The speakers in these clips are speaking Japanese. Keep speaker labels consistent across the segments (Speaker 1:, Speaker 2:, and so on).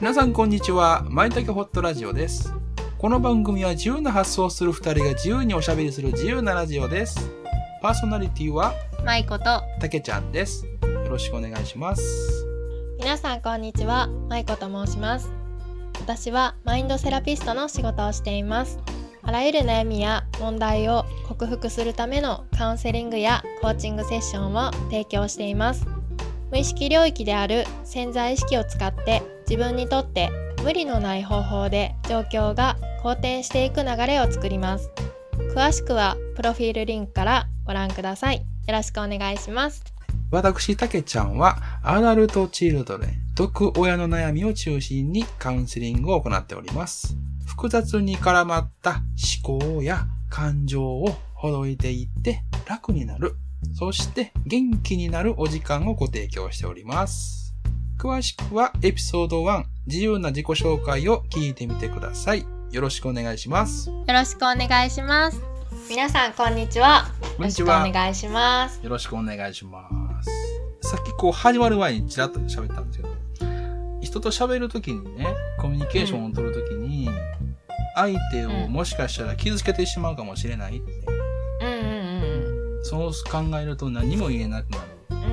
Speaker 1: 皆さんこんにちは。まいたけホットラジオです。この番組は自由な発想をする二人が自由におしゃべりする自由なラジオです。パーソナリティは
Speaker 2: まいこと
Speaker 1: たけちゃんです。よろしくお願いします。
Speaker 2: 皆さんこんにちはまいこと申します私はマインドセラピストの仕事をしていますあらゆる悩みや問題を克服するためのカウンセリングやコーチングセッションを提供しています無意識領域である潜在意識を使って自分にとって無理のない方法で状況が好転していく流れを作ります詳しくはプロフィールリンクからご覧くださいよろしくお願いします
Speaker 1: 私、たけちゃんはアダルトチルドレン、毒親の悩みを中心にカウンセリングを行っております。複雑に絡まった思考や感情をほどいていって楽になる。そして元気になるお時間をご提供しております。詳しくはエピソード1、自由な自己紹介を聞いてみてください。よろしくお願いします。よ
Speaker 2: よろしくお願いします。皆さんこんにちは。
Speaker 1: こんにち
Speaker 2: よろ
Speaker 1: は
Speaker 2: しくお願いします。
Speaker 1: ろしくお願いします。さっきこう始まる前にちらっと喋ったんですけど、人と喋るときにね、コミュニケーションを取るときに、相手をもしかしたら傷つけてしまうかもしれないって、
Speaker 2: うんうん
Speaker 1: そう考えると何も言えなくなる。
Speaker 2: うんうんう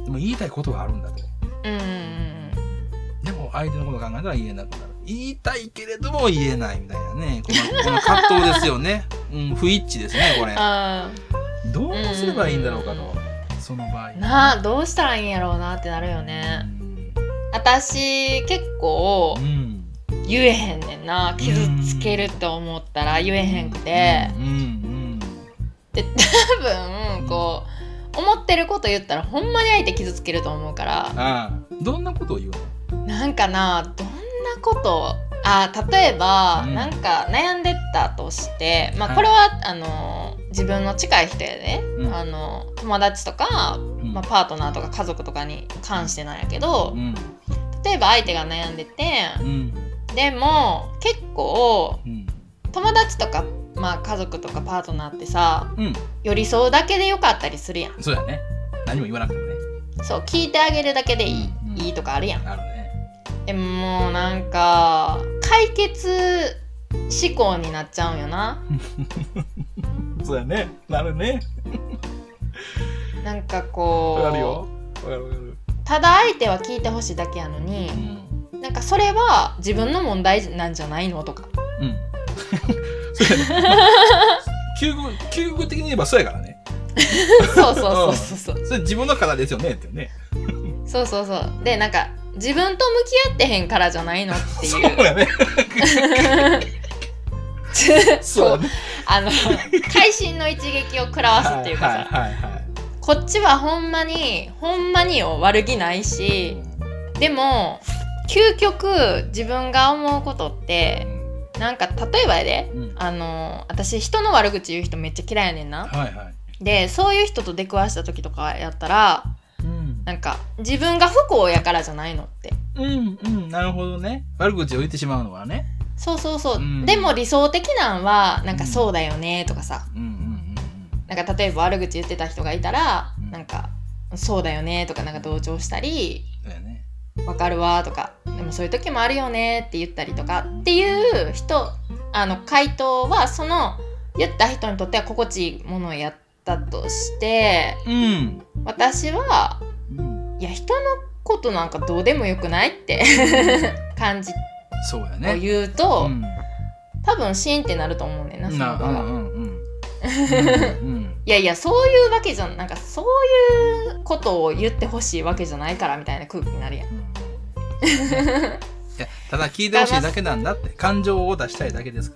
Speaker 2: ん
Speaker 1: でも言いたいことがあるんだと。
Speaker 2: うんうんうん
Speaker 1: でも相手のことを考えたら言えなくなる。言いたいけれども言えないみたいなね。このこの葛藤ですよね。うん、不一致ですね、これ。
Speaker 2: あ
Speaker 1: どうすればいいんだろうかと、その場合。
Speaker 2: ーなあどうしたらいいんやろうなってなるよね。私結構
Speaker 1: うん。うん。
Speaker 2: 言えへんねんな傷つけると思ったら言えへんくて、
Speaker 1: うんうん
Speaker 2: で多分こう思ってること言ったらほんまに相手傷つけると思うから
Speaker 1: うん。ああ。どんなことを言うの
Speaker 2: なんかなどんなことあ例えば、
Speaker 1: うん
Speaker 2: なんか悩んでたとして、ま
Speaker 1: はい
Speaker 2: あ、これは、あの自分の近い人やね、
Speaker 1: うん
Speaker 2: あの友達とか、
Speaker 1: うん
Speaker 2: まあ、パートナーとか家族とかに関してなんやけど、
Speaker 1: うん。
Speaker 2: 例えば相手が悩んでて
Speaker 1: うん。
Speaker 2: でも結構
Speaker 1: うん。
Speaker 2: 友達とか、まあ、家族とかパートナーってさ
Speaker 1: うん。
Speaker 2: 寄り添うだけでよかったりするやん
Speaker 1: そうやね。何も言わなくてもね。
Speaker 2: そう聞いてあげるだけでいい,、
Speaker 1: うん
Speaker 2: いいとかあるやん
Speaker 1: あるね。
Speaker 2: でももうなんか解決思考になっちゃうんよな
Speaker 1: そうやね。なるね。
Speaker 2: なんか
Speaker 1: わかるよわ
Speaker 2: こ。
Speaker 1: かるわかる。
Speaker 2: うただ相手は聞いてほしいだけやのに
Speaker 1: う、ん。
Speaker 2: なんかそれは自分の問題なんじゃないのとか
Speaker 1: うん。 そう やね。究極、究極的に言えばそうやからね。
Speaker 2: そうそうそうそうそう
Speaker 1: それ自分の方ですよねってね。
Speaker 2: そうそうそうでなんか自分と向き合ってへんからじゃないのって
Speaker 1: そう
Speaker 2: いう
Speaker 1: やね。 そうね。
Speaker 2: あの会心の一撃を食らわすっていうかさ、
Speaker 1: はいはいはい。
Speaker 2: こっちはほんまにほんまによ悪気ないしでも究極自分が思うことってなんか例えばやで
Speaker 1: うん。
Speaker 2: あの私人の悪口言う人めっちゃ嫌いやねんな
Speaker 1: はいはい。
Speaker 2: でそういう人と出くわした時とかやったら
Speaker 1: うん。
Speaker 2: なんか自分が不幸やからじゃないのって
Speaker 1: うんうん。なるほどね。悪口を言ってしまうのはね。
Speaker 2: そうそうそう、
Speaker 1: うん
Speaker 2: でも理想的なんはなんかそうだよねとかさ
Speaker 1: うんうん
Speaker 2: なんか例えば悪口言ってた人がいたら
Speaker 1: うん
Speaker 2: なんかそうだよねとかなんか同情したり
Speaker 1: うんうん。そうやね。
Speaker 2: わかるわとかでもそういう時もあるよねって言ったりとかっていう人あの回答はその言った人にとっては心地いいものをやったとして
Speaker 1: うん。
Speaker 2: 私は
Speaker 1: うん、
Speaker 2: いや人のことなんかどうでもよくないって 感じを
Speaker 1: そうやね。
Speaker 2: 言うと、
Speaker 1: ん、
Speaker 2: 多分シーンってなると思うねんなその
Speaker 1: な
Speaker 2: 子
Speaker 1: う
Speaker 2: が。
Speaker 1: んうんうん。うん
Speaker 2: いやいやそういうわけじゃなんかそういうことを言ってほしいわけじゃないからみたいな空気になるやん。
Speaker 1: うんいやただ聞いてほしいだけなんだって感情を出したいだけです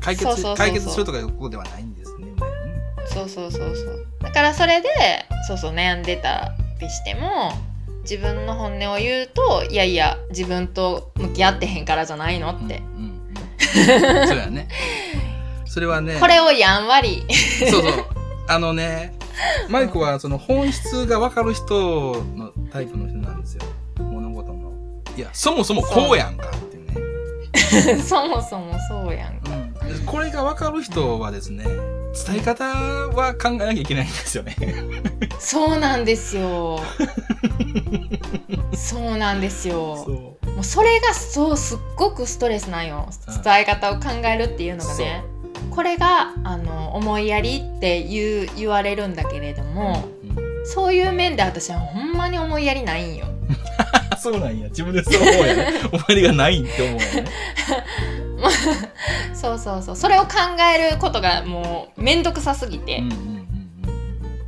Speaker 1: 解決
Speaker 2: そうそうそうそう
Speaker 1: 解決するとかいうことではないんですね。
Speaker 2: そうそうそうそうだからそれでそうそう悩んでたりしても自分の本音を言うといやいや自分と向き合ってへんからじゃないのって
Speaker 1: う、んうんうん、そうやね。それはね。
Speaker 2: これをやんわり
Speaker 1: そうそう。あのね、マイクはその本質がわかる人のタイプの人なんですよ。物事の。いや、そもそもこうやんかっていうね。
Speaker 2: そもそもそうやん
Speaker 1: うん、これがわかる人はですね、伝え方は考えなきゃいけないんですよね。
Speaker 2: そうなんですよ そうなんですよ
Speaker 1: そう
Speaker 2: もうそれがそうすっごくストレスなんよ
Speaker 1: うん
Speaker 2: 伝え方を考えるっていうのがねこれがあの思いやりって言う言われるんだけれども
Speaker 1: うん
Speaker 2: そういう面で私はほんまに思いやりないんよ
Speaker 1: あそうなんや。自分でそう思うや ね。終わりがないって思うよね。
Speaker 2: そうそうそうそれを考えることがもう面倒くさすぎて、
Speaker 1: うんうんうん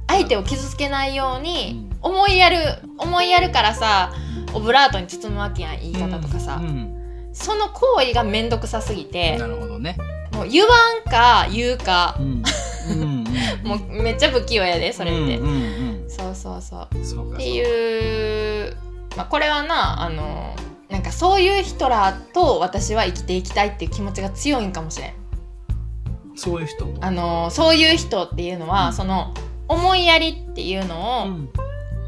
Speaker 2: 相手を傷つけないように
Speaker 1: うん
Speaker 2: 思いやる思いやるからさオブラートに包むわけやん言い
Speaker 1: うん
Speaker 2: 方とかさ
Speaker 1: う、ん
Speaker 2: その行為が面倒くさすぎて
Speaker 1: なるほど ね。
Speaker 2: もう言わんか言うか
Speaker 1: うん。うんうん
Speaker 2: もうめっちゃ不器用やでそれって、
Speaker 1: うんうん
Speaker 2: そうそうそう
Speaker 1: うんそう
Speaker 2: っ
Speaker 1: か。
Speaker 2: て
Speaker 1: う
Speaker 2: いう、まあ、これはなあのなんかそういう人らと私は生きていきたいっていう気持ちが強いんかもしれん
Speaker 1: か。そういう人。
Speaker 2: あのそういう人っていうのは、
Speaker 1: うん
Speaker 2: その思いやりっていうのを、
Speaker 1: うん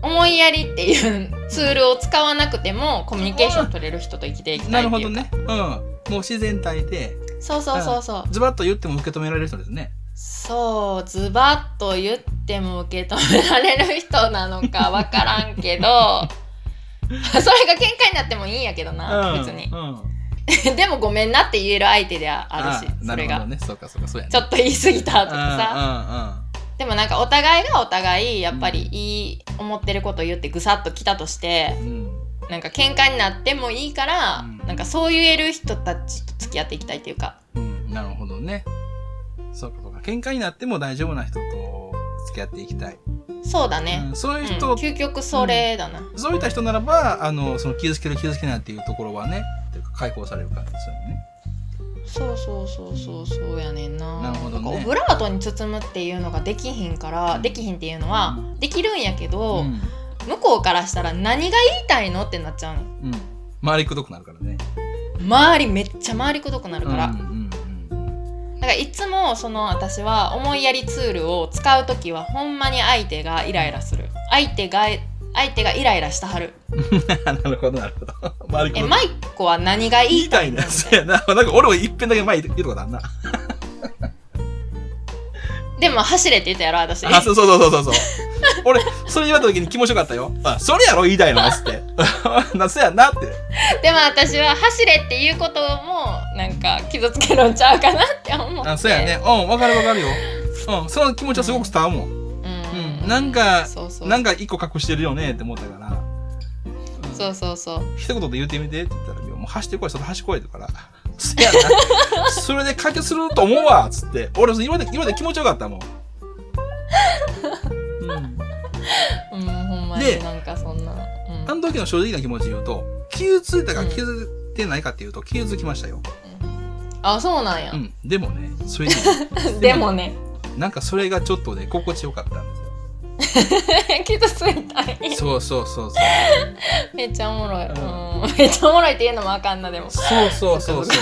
Speaker 2: 思いやりっていうツールを使わなくてもコミュニケーション取れる人と生きていきた
Speaker 1: ないる
Speaker 2: って
Speaker 1: ほ
Speaker 2: い
Speaker 1: ど
Speaker 2: う、
Speaker 1: ね。うん。もう自然体で、
Speaker 2: そうそうそうそう
Speaker 1: ズバッと言っても受け止められる人ですね。
Speaker 2: そうズバッと言っても受け止められる人なの か分からんけど それが喧嘩になってもいいんやけどな、
Speaker 1: うん
Speaker 2: 別に
Speaker 1: うん。
Speaker 2: でもごめんなって言える相手ではあるし
Speaker 1: ーな
Speaker 2: それ
Speaker 1: るほど
Speaker 2: が、
Speaker 1: ね。そうかそうかそうやね。
Speaker 2: ちょっと言い過ぎたとかさ
Speaker 1: さ。
Speaker 2: でもなんかお互いがお互いやっぱりいい思ってることを言ってぐさっときたとして
Speaker 1: うんうんうん。
Speaker 2: なんか喧嘩になってもいいから、
Speaker 1: うん
Speaker 2: なんかそう言える人たちと付き合っていきたいっていうか
Speaker 1: うん、なるほどね。そうかそうか。喧嘩になっても大丈夫な人と付き合っていきたい。
Speaker 2: そうだね、
Speaker 1: うん、そう
Speaker 2: う
Speaker 1: い
Speaker 2: ん
Speaker 1: う人、
Speaker 2: 究極それだな、
Speaker 1: そういった人ならば、あの、その傷つける傷つけないっていうところはね、というか解放される感じですよね。
Speaker 2: そうそうそうそうそうやねんな
Speaker 1: なるほどね
Speaker 2: んかオブラートに包むっていうのができひんからできひんっていうのは
Speaker 1: うん
Speaker 2: できるんやけど、
Speaker 1: ん。
Speaker 2: 向こうからしたら何が言いたいのってなっちゃうの
Speaker 1: うん。周りくどくなるからね。
Speaker 2: 周りめっちゃ周りくどくなるから、
Speaker 1: うんうんうん
Speaker 2: なんかいつもその私は思いやりツールを使う時はほんまに相手がイライラする相手が相手がイライラしたはる
Speaker 1: うん。なるほど、なるほど。 周りく
Speaker 2: え
Speaker 1: どく
Speaker 2: マイコは何が言
Speaker 1: 言
Speaker 2: い
Speaker 1: い
Speaker 2: た
Speaker 1: た
Speaker 2: い
Speaker 1: い
Speaker 2: の
Speaker 1: な。そうやな。なんか俺も一遍だけ前言うとこだな。
Speaker 2: でも走れって言ったやろ私
Speaker 1: あ、そうそうそうそうそうそう。俺、それ言われた時に気持ちよかったよ。あ、それやろ言いたいのっつ って。な、そうやなって。
Speaker 2: でも私は走れっていうこともなんか傷つけるんちゃうかなって思って
Speaker 1: あ、そうやね。うん、わかるわかるよ。うん、その気持ちはすごく伝わるもん。
Speaker 2: うん、
Speaker 1: うんなんか
Speaker 2: そうそう
Speaker 1: なんか一個隠してるよねって思ったから。うん
Speaker 2: そうそうそう
Speaker 1: 一言で言ってみてって言ったら、いやもう走ってこい、その走ってこいってから。そやな。 それで解決すると思うわっつって。俺、今まで、今まで気持ちよかったもん。うん。
Speaker 2: うんほんま
Speaker 1: で
Speaker 2: になんかそんな、うん
Speaker 1: あの時の正直な気持ち言うと、傷ついたか傷ついてないかっていうと、傷つきましたよ。
Speaker 2: あそうなんや
Speaker 1: う、ん。でもね、それに、
Speaker 2: でもね
Speaker 1: なんかそれがちょっとね、心地よかったんですよ。
Speaker 2: 傷ついた い
Speaker 1: そうそうそうそう。
Speaker 2: めっちゃおもろい、
Speaker 1: う
Speaker 2: うん、 めっちゃおもろいっていうのもあかんなでも
Speaker 1: そうそうそうそう。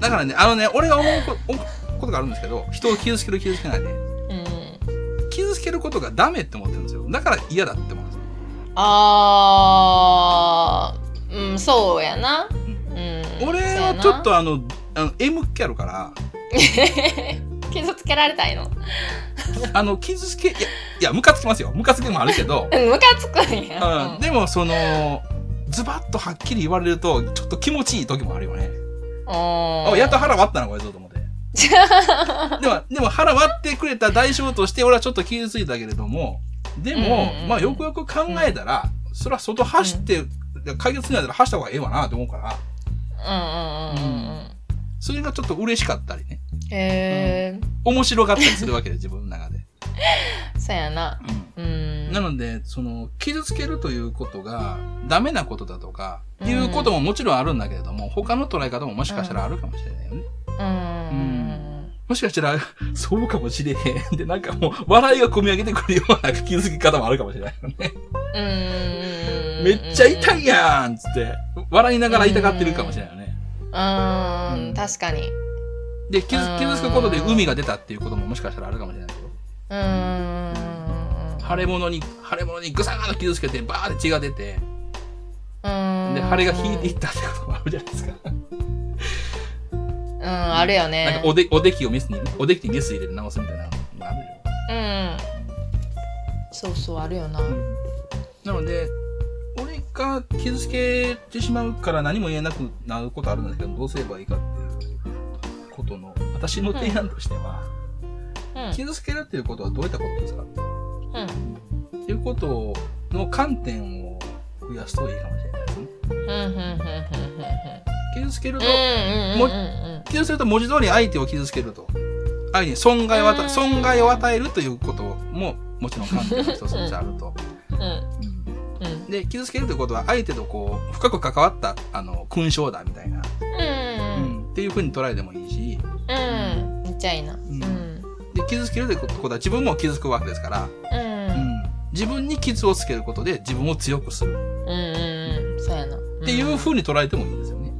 Speaker 1: だからね、あのね、俺が思うこ思うことがあるんですけど、人を傷つける傷つけないで、
Speaker 2: うん
Speaker 1: 傷つけることがダメって思ってるんですよ。だから嫌だって思うんですよ。
Speaker 2: あーうんそうやなうん
Speaker 1: 俺
Speaker 2: そうや
Speaker 1: は
Speaker 2: な
Speaker 1: ちょ っとあの、あの M 気あるから、
Speaker 2: 傷つけられたいの
Speaker 1: あの、傷つけ、いや、いや、ムカつきますよ。ムカつきもあるけど、
Speaker 2: うんムカつくんや、
Speaker 1: うん、でもその、ズバッとはっきり言われると、ちょっと気持ちいい時もあるよね。
Speaker 2: あ
Speaker 1: あ、やっと腹割ったな、こいつと思 って。でも、でも腹割ってくれた代償として、俺はちょっと傷ついたけれども、でも
Speaker 2: うんうんう、ん
Speaker 1: まあよくよく考えたら、それは外走って、解決するんだったら走った方がええわなと思うから、
Speaker 2: うんうんうんうんうん
Speaker 1: それがちょっと嬉しかったりね、
Speaker 2: へえ、
Speaker 1: 面白かったりするわけ で、自分の中で。
Speaker 2: そうやな
Speaker 1: うん
Speaker 2: うん
Speaker 1: なので、その、傷つけるということが、ダメなことだとか、いうことももちろんあるんだけれども、他の捉え方ももしかしたらあるかもしれないよね。
Speaker 2: うん
Speaker 1: もしかしたら、そうかもしれへん。で、なんかもう、笑いが込み上げてくるような気づき方もあるかもしれないよね。
Speaker 2: うん
Speaker 1: めっちゃ痛いやんっつって、笑いながら痛がってるかもしれないよね。
Speaker 2: うん、うん、確かに
Speaker 1: で、傷
Speaker 2: うん
Speaker 1: 傷つくことで海が出たっていうことももしかしたらあるかもしれないけど、
Speaker 2: うん
Speaker 1: 腫れ物に、腫れ物にぐさーっと傷つけて、バーって血が出て、
Speaker 2: うん
Speaker 1: で、腫れが引いていったってこともあるじゃないですか。
Speaker 2: うんうん、あるよね。
Speaker 1: なんかおでおできをメスに、おできにメス入れる直すみたいなのあるよ。
Speaker 2: うん。そうそう、あるよな。うん。
Speaker 1: なので、俺が傷つけてしまうから何も言えなくなることあるんですけど、どうすればいいかっていうことの、私の提案としては、傷つけるっていうことはどういったことですか
Speaker 2: うん。
Speaker 1: っていうことの観点を増やすといいかもしれないですね。
Speaker 2: うん。うん。うん。うん。
Speaker 1: 傷つけると、
Speaker 2: うん。
Speaker 1: もう
Speaker 2: うん。
Speaker 1: 傷つけると文字通り相手を傷つけると。相手に損害を与
Speaker 2: うん
Speaker 1: え、損害を与えるということも、もちろん観点の一つとしてあると。
Speaker 2: うん。うん。
Speaker 1: で、傷つけるということは相手とこう、深く関わった、あの、勲章だみたいな。
Speaker 2: うん。
Speaker 1: っていうふうに捉えてもいいし
Speaker 2: うん。めっちゃいいな。うん。
Speaker 1: で傷つけるということは自分も傷つくわけですから、
Speaker 2: う。
Speaker 1: うんん、自分に傷をつけることで自分を強くする
Speaker 2: うん。うん。そうやな。
Speaker 1: っていうふ
Speaker 2: う
Speaker 1: うに捉えてもいいんですよね。
Speaker 2: ん。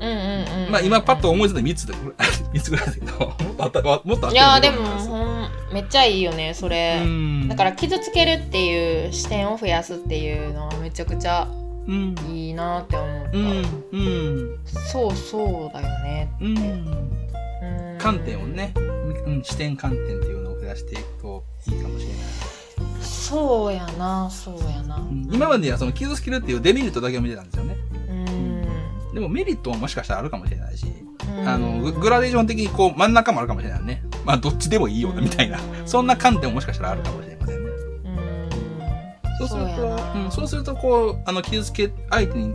Speaker 2: うん。うん。
Speaker 1: まあ今パッと。思いついた3つで 三つぐらいだけどもっとあったわもっとあった
Speaker 2: いやーで
Speaker 1: よう
Speaker 2: も、
Speaker 1: な気がする
Speaker 2: ほん、めっちゃいいよね、それ。
Speaker 1: うん
Speaker 2: だから傷つけるっていう視点を増やすっていうのはめちゃくちゃ
Speaker 1: うん
Speaker 2: いいなって思った、
Speaker 1: うんうん
Speaker 2: そうそうだよね
Speaker 1: うん
Speaker 2: うん
Speaker 1: 観点をね、うん、視点観点っていうのを増やしていくといいかもしれない。
Speaker 2: そうやなそうやな、
Speaker 1: うん今まではその傷つけるっていうデメリットだけを見てたんですよね。
Speaker 2: うん
Speaker 1: でもメリットももしかしたらあるかもしれないし。
Speaker 2: うん
Speaker 1: あの、ググラデーション的にこう、真ん中もあるかもしれないね。まあ、どっちでもいいよな、みたいな。そんな観点ももしかしたらあるかもしれませんね。
Speaker 2: うん
Speaker 1: そうする
Speaker 2: そうや
Speaker 1: と、
Speaker 2: な
Speaker 1: うん、そうすると、こう、あの、傷つけ、相手に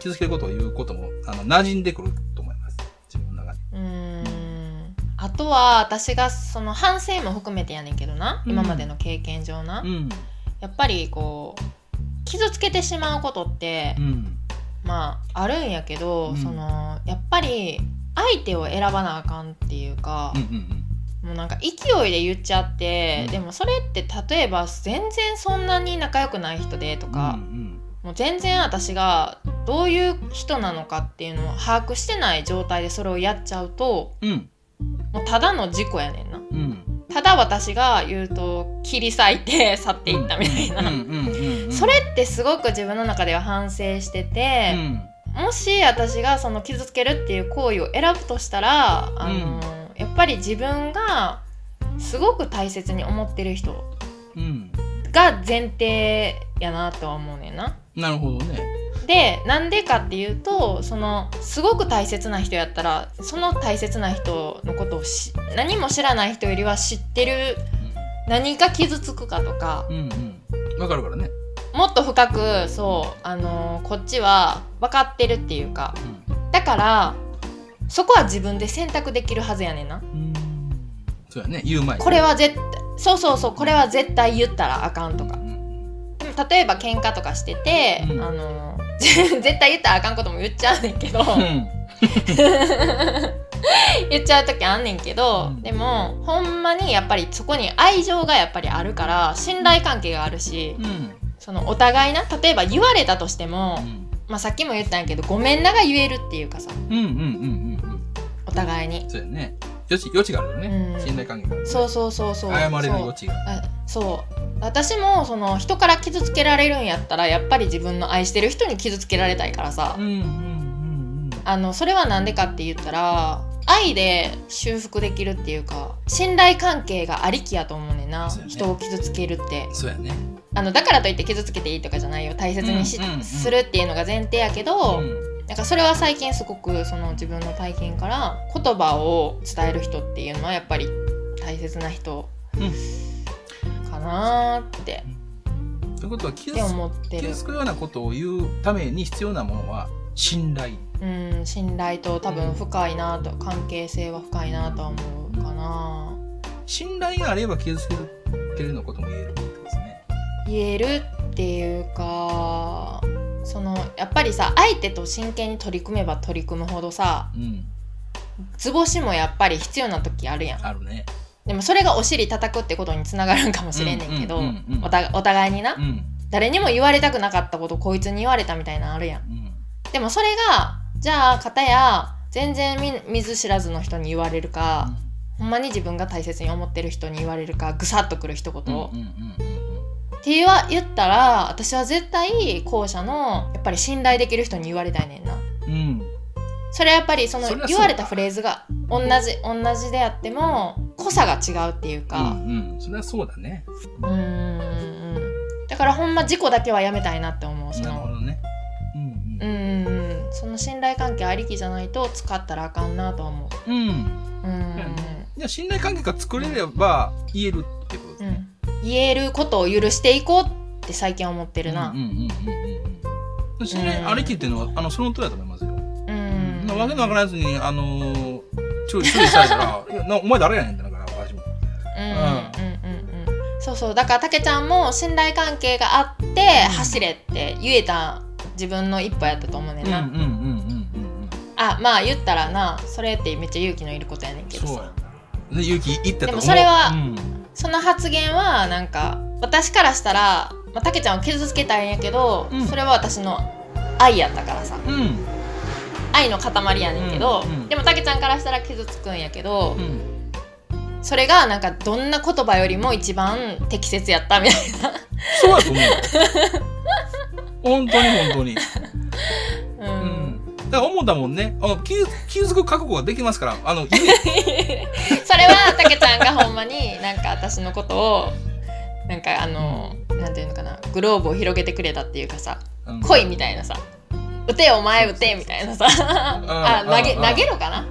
Speaker 1: 傷つけることを言うことも、あの、馴染んでくると思います。自分の中で。
Speaker 2: うんあとは私がその反省も含めてやねんけどな、
Speaker 1: うん
Speaker 2: 今までの経験上な、
Speaker 1: うん。
Speaker 2: やっぱりこう傷つけてしまうことって、
Speaker 1: うん。
Speaker 2: まああるんやけど、
Speaker 1: うん
Speaker 2: そのやっぱり相手を選ばなあかんっていうか
Speaker 1: うんう、ん
Speaker 2: もうなんか勢いで言っちゃって、
Speaker 1: うん
Speaker 2: でもそれって例えば全然そんなに仲良くない人でと
Speaker 1: うん。
Speaker 2: か
Speaker 1: う、ん
Speaker 2: もう全然私がどういう人なのかっていうのを把握してない状態でそれをやっちゃうと
Speaker 1: うん。うん。
Speaker 2: もうただの事故やねんな
Speaker 1: うん。
Speaker 2: ただ私が言うと切り裂いて去っていったみたいな、
Speaker 1: うんうんうんうん。
Speaker 2: それってすごく自分の中では反省してて
Speaker 1: う、ん。
Speaker 2: もし私がその傷つけるっていう行為を選ぶとしたら、あのやっぱり自分がすごく大切に思ってる人
Speaker 1: うん。
Speaker 2: が前提やなとは思うねんな。
Speaker 1: なるほどね。
Speaker 2: でなんでかっていうとそのすごく大切な人やったらその大切な人のことをし何も知らない人よりは知ってる何が傷つくかとか
Speaker 1: うん。うんうん。わかるからね。
Speaker 2: もっと深くそうあのこっちは分かってるっていうか
Speaker 1: うん。
Speaker 2: だからそこは自分で選択できるはずやねんな
Speaker 1: うん。そうやね。言う前にね
Speaker 2: これは絶対そうそうそうこれは絶対言ったらあかんと
Speaker 1: う
Speaker 2: か
Speaker 1: ん
Speaker 2: でも例えば喧嘩とかしてて、
Speaker 1: うん
Speaker 2: あの 絶対言ったらあかんことも言っちゃうねんけど
Speaker 1: うん。
Speaker 2: 言っちゃう時あんねんけど、
Speaker 1: うん
Speaker 2: でもほんまにやっぱりそこに愛情がやっぱりあるから信頼関係があるし、
Speaker 1: うん。
Speaker 2: そのお互いな例えば言われたとしても
Speaker 1: う、ん。
Speaker 2: まあ、さっきも言ったんやけどごめんなが言えるっていうかさ
Speaker 1: うんうんうんうんうん。
Speaker 2: お互いに、
Speaker 1: そうやね。余地、余地があるよね
Speaker 2: う。ん
Speaker 1: 信頼関係がある、ね。
Speaker 2: そうそうそうそう
Speaker 1: 謝れる
Speaker 2: そう
Speaker 1: 余地があ
Speaker 2: あそう私もその人から傷つけられるんやったらやっぱり自分の愛してる人に傷つけられたいからさ、
Speaker 1: る。うんうんうん
Speaker 2: あのそれは何でかって言ったら愛で修復できるっていうか信頼関係がありきやと思うねんな、
Speaker 1: そうやね
Speaker 2: 人を傷つけるって
Speaker 1: うん。そうやね。
Speaker 2: あのだからといって傷つけていいとかじゃないよ大切にし、
Speaker 1: うんうんうん
Speaker 2: するっていうのが前提やけど、なんかそれは最近すごくその自分の体験から言葉を伝える人っていうのはやっぱり大切な人かなーって
Speaker 1: うん。ということは傷
Speaker 2: って
Speaker 1: つ、
Speaker 2: 思ってる
Speaker 1: 傷つくようなことを言うために必要なものは信頼。
Speaker 2: うん信頼と多分深いなと関係性は深いなとは思うかな
Speaker 1: 信頼があれば傷つけるっていうのことも言えるってことですね。
Speaker 2: 言えるっていうかそのやっぱりさ相手と真剣に取り組めば取り組むほどさ
Speaker 1: うん。
Speaker 2: 図星もやっぱり必要な時あるやん
Speaker 1: あるね。
Speaker 2: でもそれがお尻叩くってことにつながるんかもしれんねんけど、
Speaker 1: うんうんうんうん
Speaker 2: おたお互いにな、
Speaker 1: うん。
Speaker 2: 誰にも言われたくなかったことこいつに言われたみたいなのあるやん
Speaker 1: うん。
Speaker 2: でもそれがじゃあ片や全然見見ず知らずの人に言われるか、ほんまに自分が大切に思ってる人に言われるかぐさっとくる一
Speaker 1: うん。
Speaker 2: 言、
Speaker 1: うん
Speaker 2: を
Speaker 1: うんうん
Speaker 2: って言わ言ったら私は絶対後者のやっぱり信頼できる人に言われたいねんな
Speaker 1: うんうん。
Speaker 2: それはやっぱりその
Speaker 1: それはそう
Speaker 2: 言
Speaker 1: だ
Speaker 2: われたフレーズが同じ同じであっても濃さが違うっていう
Speaker 1: う
Speaker 2: か
Speaker 1: んうん。それはそうだね。
Speaker 2: うんうんうんだからほんま事故だけはやめたいなって思うそ
Speaker 1: なるほ
Speaker 2: の
Speaker 1: どね。うん
Speaker 2: うんうんうんその信頼関係ありきじゃないと使ったらあかんなと思う
Speaker 1: うん。うん。
Speaker 2: うんうん
Speaker 1: じゃあ信頼関係が作れれば言えるってことです
Speaker 2: う
Speaker 1: ね。
Speaker 2: ん言えることを許していこうって最近思ってるな
Speaker 1: うんうんうんうんうん。信頼ありきっていうのは、あの、その通りだと思いますよ。
Speaker 2: うん
Speaker 1: うんわけのわからずに、あのー、注意、注意されたら、 いやなお前誰やねんってなるから、私も。
Speaker 2: うん
Speaker 1: ん
Speaker 2: うんうんうんそうそうだからたけちゃんも信頼関係があって走れって言えた自分の一歩やったと思うねんな、
Speaker 1: うんうんうん
Speaker 2: あまあ言ったらなそれってめっちゃ勇気のいることやねんけど
Speaker 1: そう
Speaker 2: さ
Speaker 1: やで、勇気いったと思う。
Speaker 2: でもそれは
Speaker 1: うん
Speaker 2: その発言はなんか私からしたらまあたけ、ちゃんを傷つけたいんやけど、
Speaker 1: うん
Speaker 2: それは私の愛やったからさ
Speaker 1: うん。
Speaker 2: 愛の塊やねんけど、
Speaker 1: うんうん
Speaker 2: でもたけちゃんからしたら傷つくんやけど
Speaker 1: う、ん。
Speaker 2: それがなんかどんな言葉よりも一番適切やったみたい
Speaker 1: そうやと思うよ。本当に本当に。
Speaker 2: な。
Speaker 1: う
Speaker 2: うん
Speaker 1: ん。だから思ったもんね。あの、傷傷つく覚悟ができますから、あの、言え
Speaker 2: それはたけちゃんがほんまになんか私のことをなんかあのなんていうのかなグローブを広げてくれたっていうかさ
Speaker 1: うん
Speaker 2: 「来い」みたいなさ「打てよお前打て」みたいなさあ投げ
Speaker 1: うんうん
Speaker 2: 投げろかな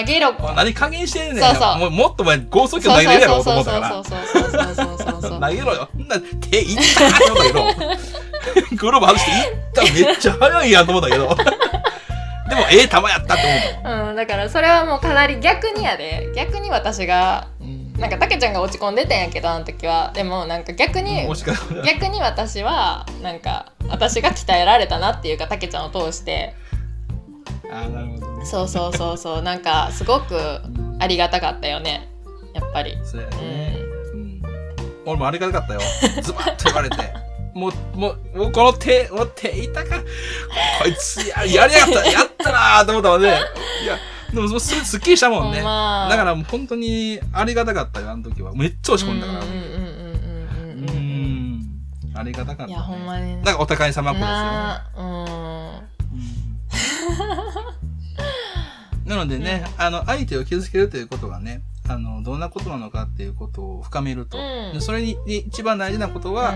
Speaker 2: 投げろ
Speaker 1: あ何加減してんねん
Speaker 2: そうそう
Speaker 1: ももっと前剛速球投
Speaker 2: そう
Speaker 1: げれるや
Speaker 2: そ
Speaker 1: ろと思
Speaker 2: うそう
Speaker 1: った
Speaker 2: そ
Speaker 1: か
Speaker 2: うそ
Speaker 1: ら
Speaker 2: うそうそうそうそうそう
Speaker 1: 投げろよそんな手いったって思ったけどグローブ外していっためっちゃ速いやんと思ったけどでもええ球やったって思ったもん
Speaker 2: うん、だからそれはもうかなり逆にやで逆に私がなんかたけちゃんが落ち込んでたんやけどあの時はでもなんか逆に
Speaker 1: もしかしたら
Speaker 2: 逆に私はなんか私が鍛えられたなっていうかたけちゃんを通して
Speaker 1: あなるほどね
Speaker 2: そうそうそうそうなんかすごくありがたかったよねやっぱり
Speaker 1: そうや
Speaker 2: う
Speaker 1: ね、
Speaker 2: ん
Speaker 1: うん、俺もありがたかったよズバッと言われてもうもうもうこの手もう手いたかこいつややりやがったやったなーと思ったもんねいやでもすすっきりしたもんね
Speaker 2: ほんま
Speaker 1: だからもう本当にありがたかったよ、あの時は。めっちゃ落ち込んだから。
Speaker 2: うん
Speaker 1: う
Speaker 2: うんうんうんうんうんうん
Speaker 1: ん。ありがたかっ
Speaker 2: い
Speaker 1: た。
Speaker 2: やほんまにね
Speaker 1: だからお互い様っ子ですよね。
Speaker 2: なあ
Speaker 1: うんなのでね、あの、相手を傷つけるということがね、あの、どんなことなのかっていうことを深めると。
Speaker 2: うん
Speaker 1: でそれにに一番大事なこと
Speaker 2: うん
Speaker 1: は、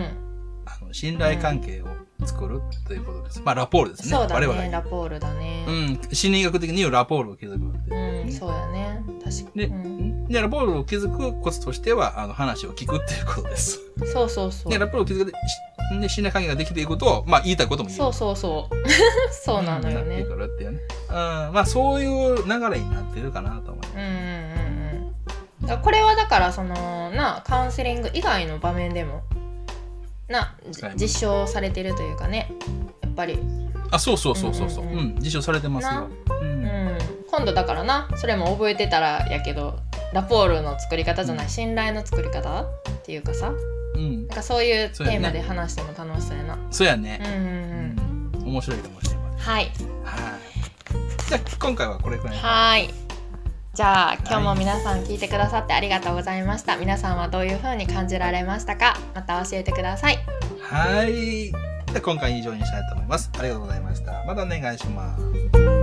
Speaker 1: あの信頼関係を作るということです。まあ、ラポールですね。
Speaker 2: そうだ
Speaker 1: 我々
Speaker 2: ね
Speaker 1: に。
Speaker 2: ラポールだね
Speaker 1: うん。心理学的に言うラポールを築くっていうう。
Speaker 2: ん、そうやね確かに、
Speaker 1: で
Speaker 2: うん
Speaker 1: で、ラポールを築くコツとしては、あの、話を聞くっていうことです。
Speaker 2: そうそうそう
Speaker 1: で、ラップを築いて、しで、信頼関係ができていくことを、まあ、言いたいことも言う。
Speaker 2: そうそうそうそう なのよ
Speaker 1: って
Speaker 2: ね
Speaker 1: いくからっていうね。うん。まあ、そういう流れになってるかなと思います。
Speaker 2: うんうんうんうんだからこれはだからそのなカウンセリング以外の場面でもなじ
Speaker 1: はい
Speaker 2: 実証されてるというかねやっぱり、
Speaker 1: あ、そうそうそうそうそう。
Speaker 2: う
Speaker 1: うんん
Speaker 2: うんうん
Speaker 1: 実証されてますよ。う。
Speaker 2: うんん、今度だからなそれも覚えてたらやけどラポールの作り方じゃない、
Speaker 1: うん
Speaker 2: 信頼の作り方っていうかさ
Speaker 1: うん
Speaker 2: な。んかそういうテ
Speaker 1: そうやね
Speaker 2: ーマで話しても楽しそうやな
Speaker 1: そうや
Speaker 2: う
Speaker 1: ね。
Speaker 2: んう
Speaker 1: うん
Speaker 2: うん
Speaker 1: ん。面白いかもしれま
Speaker 2: はい
Speaker 1: せん。はい。じゃあ、今回はこれくらい。
Speaker 2: はーいじゃあ今日も皆さん聞いてくださってありがとうございました皆さんはどういう風に感じられましたかまた教えてください
Speaker 1: はい。じゃあ今回以上にしたいと思います。ありがとうございました。またお願いします。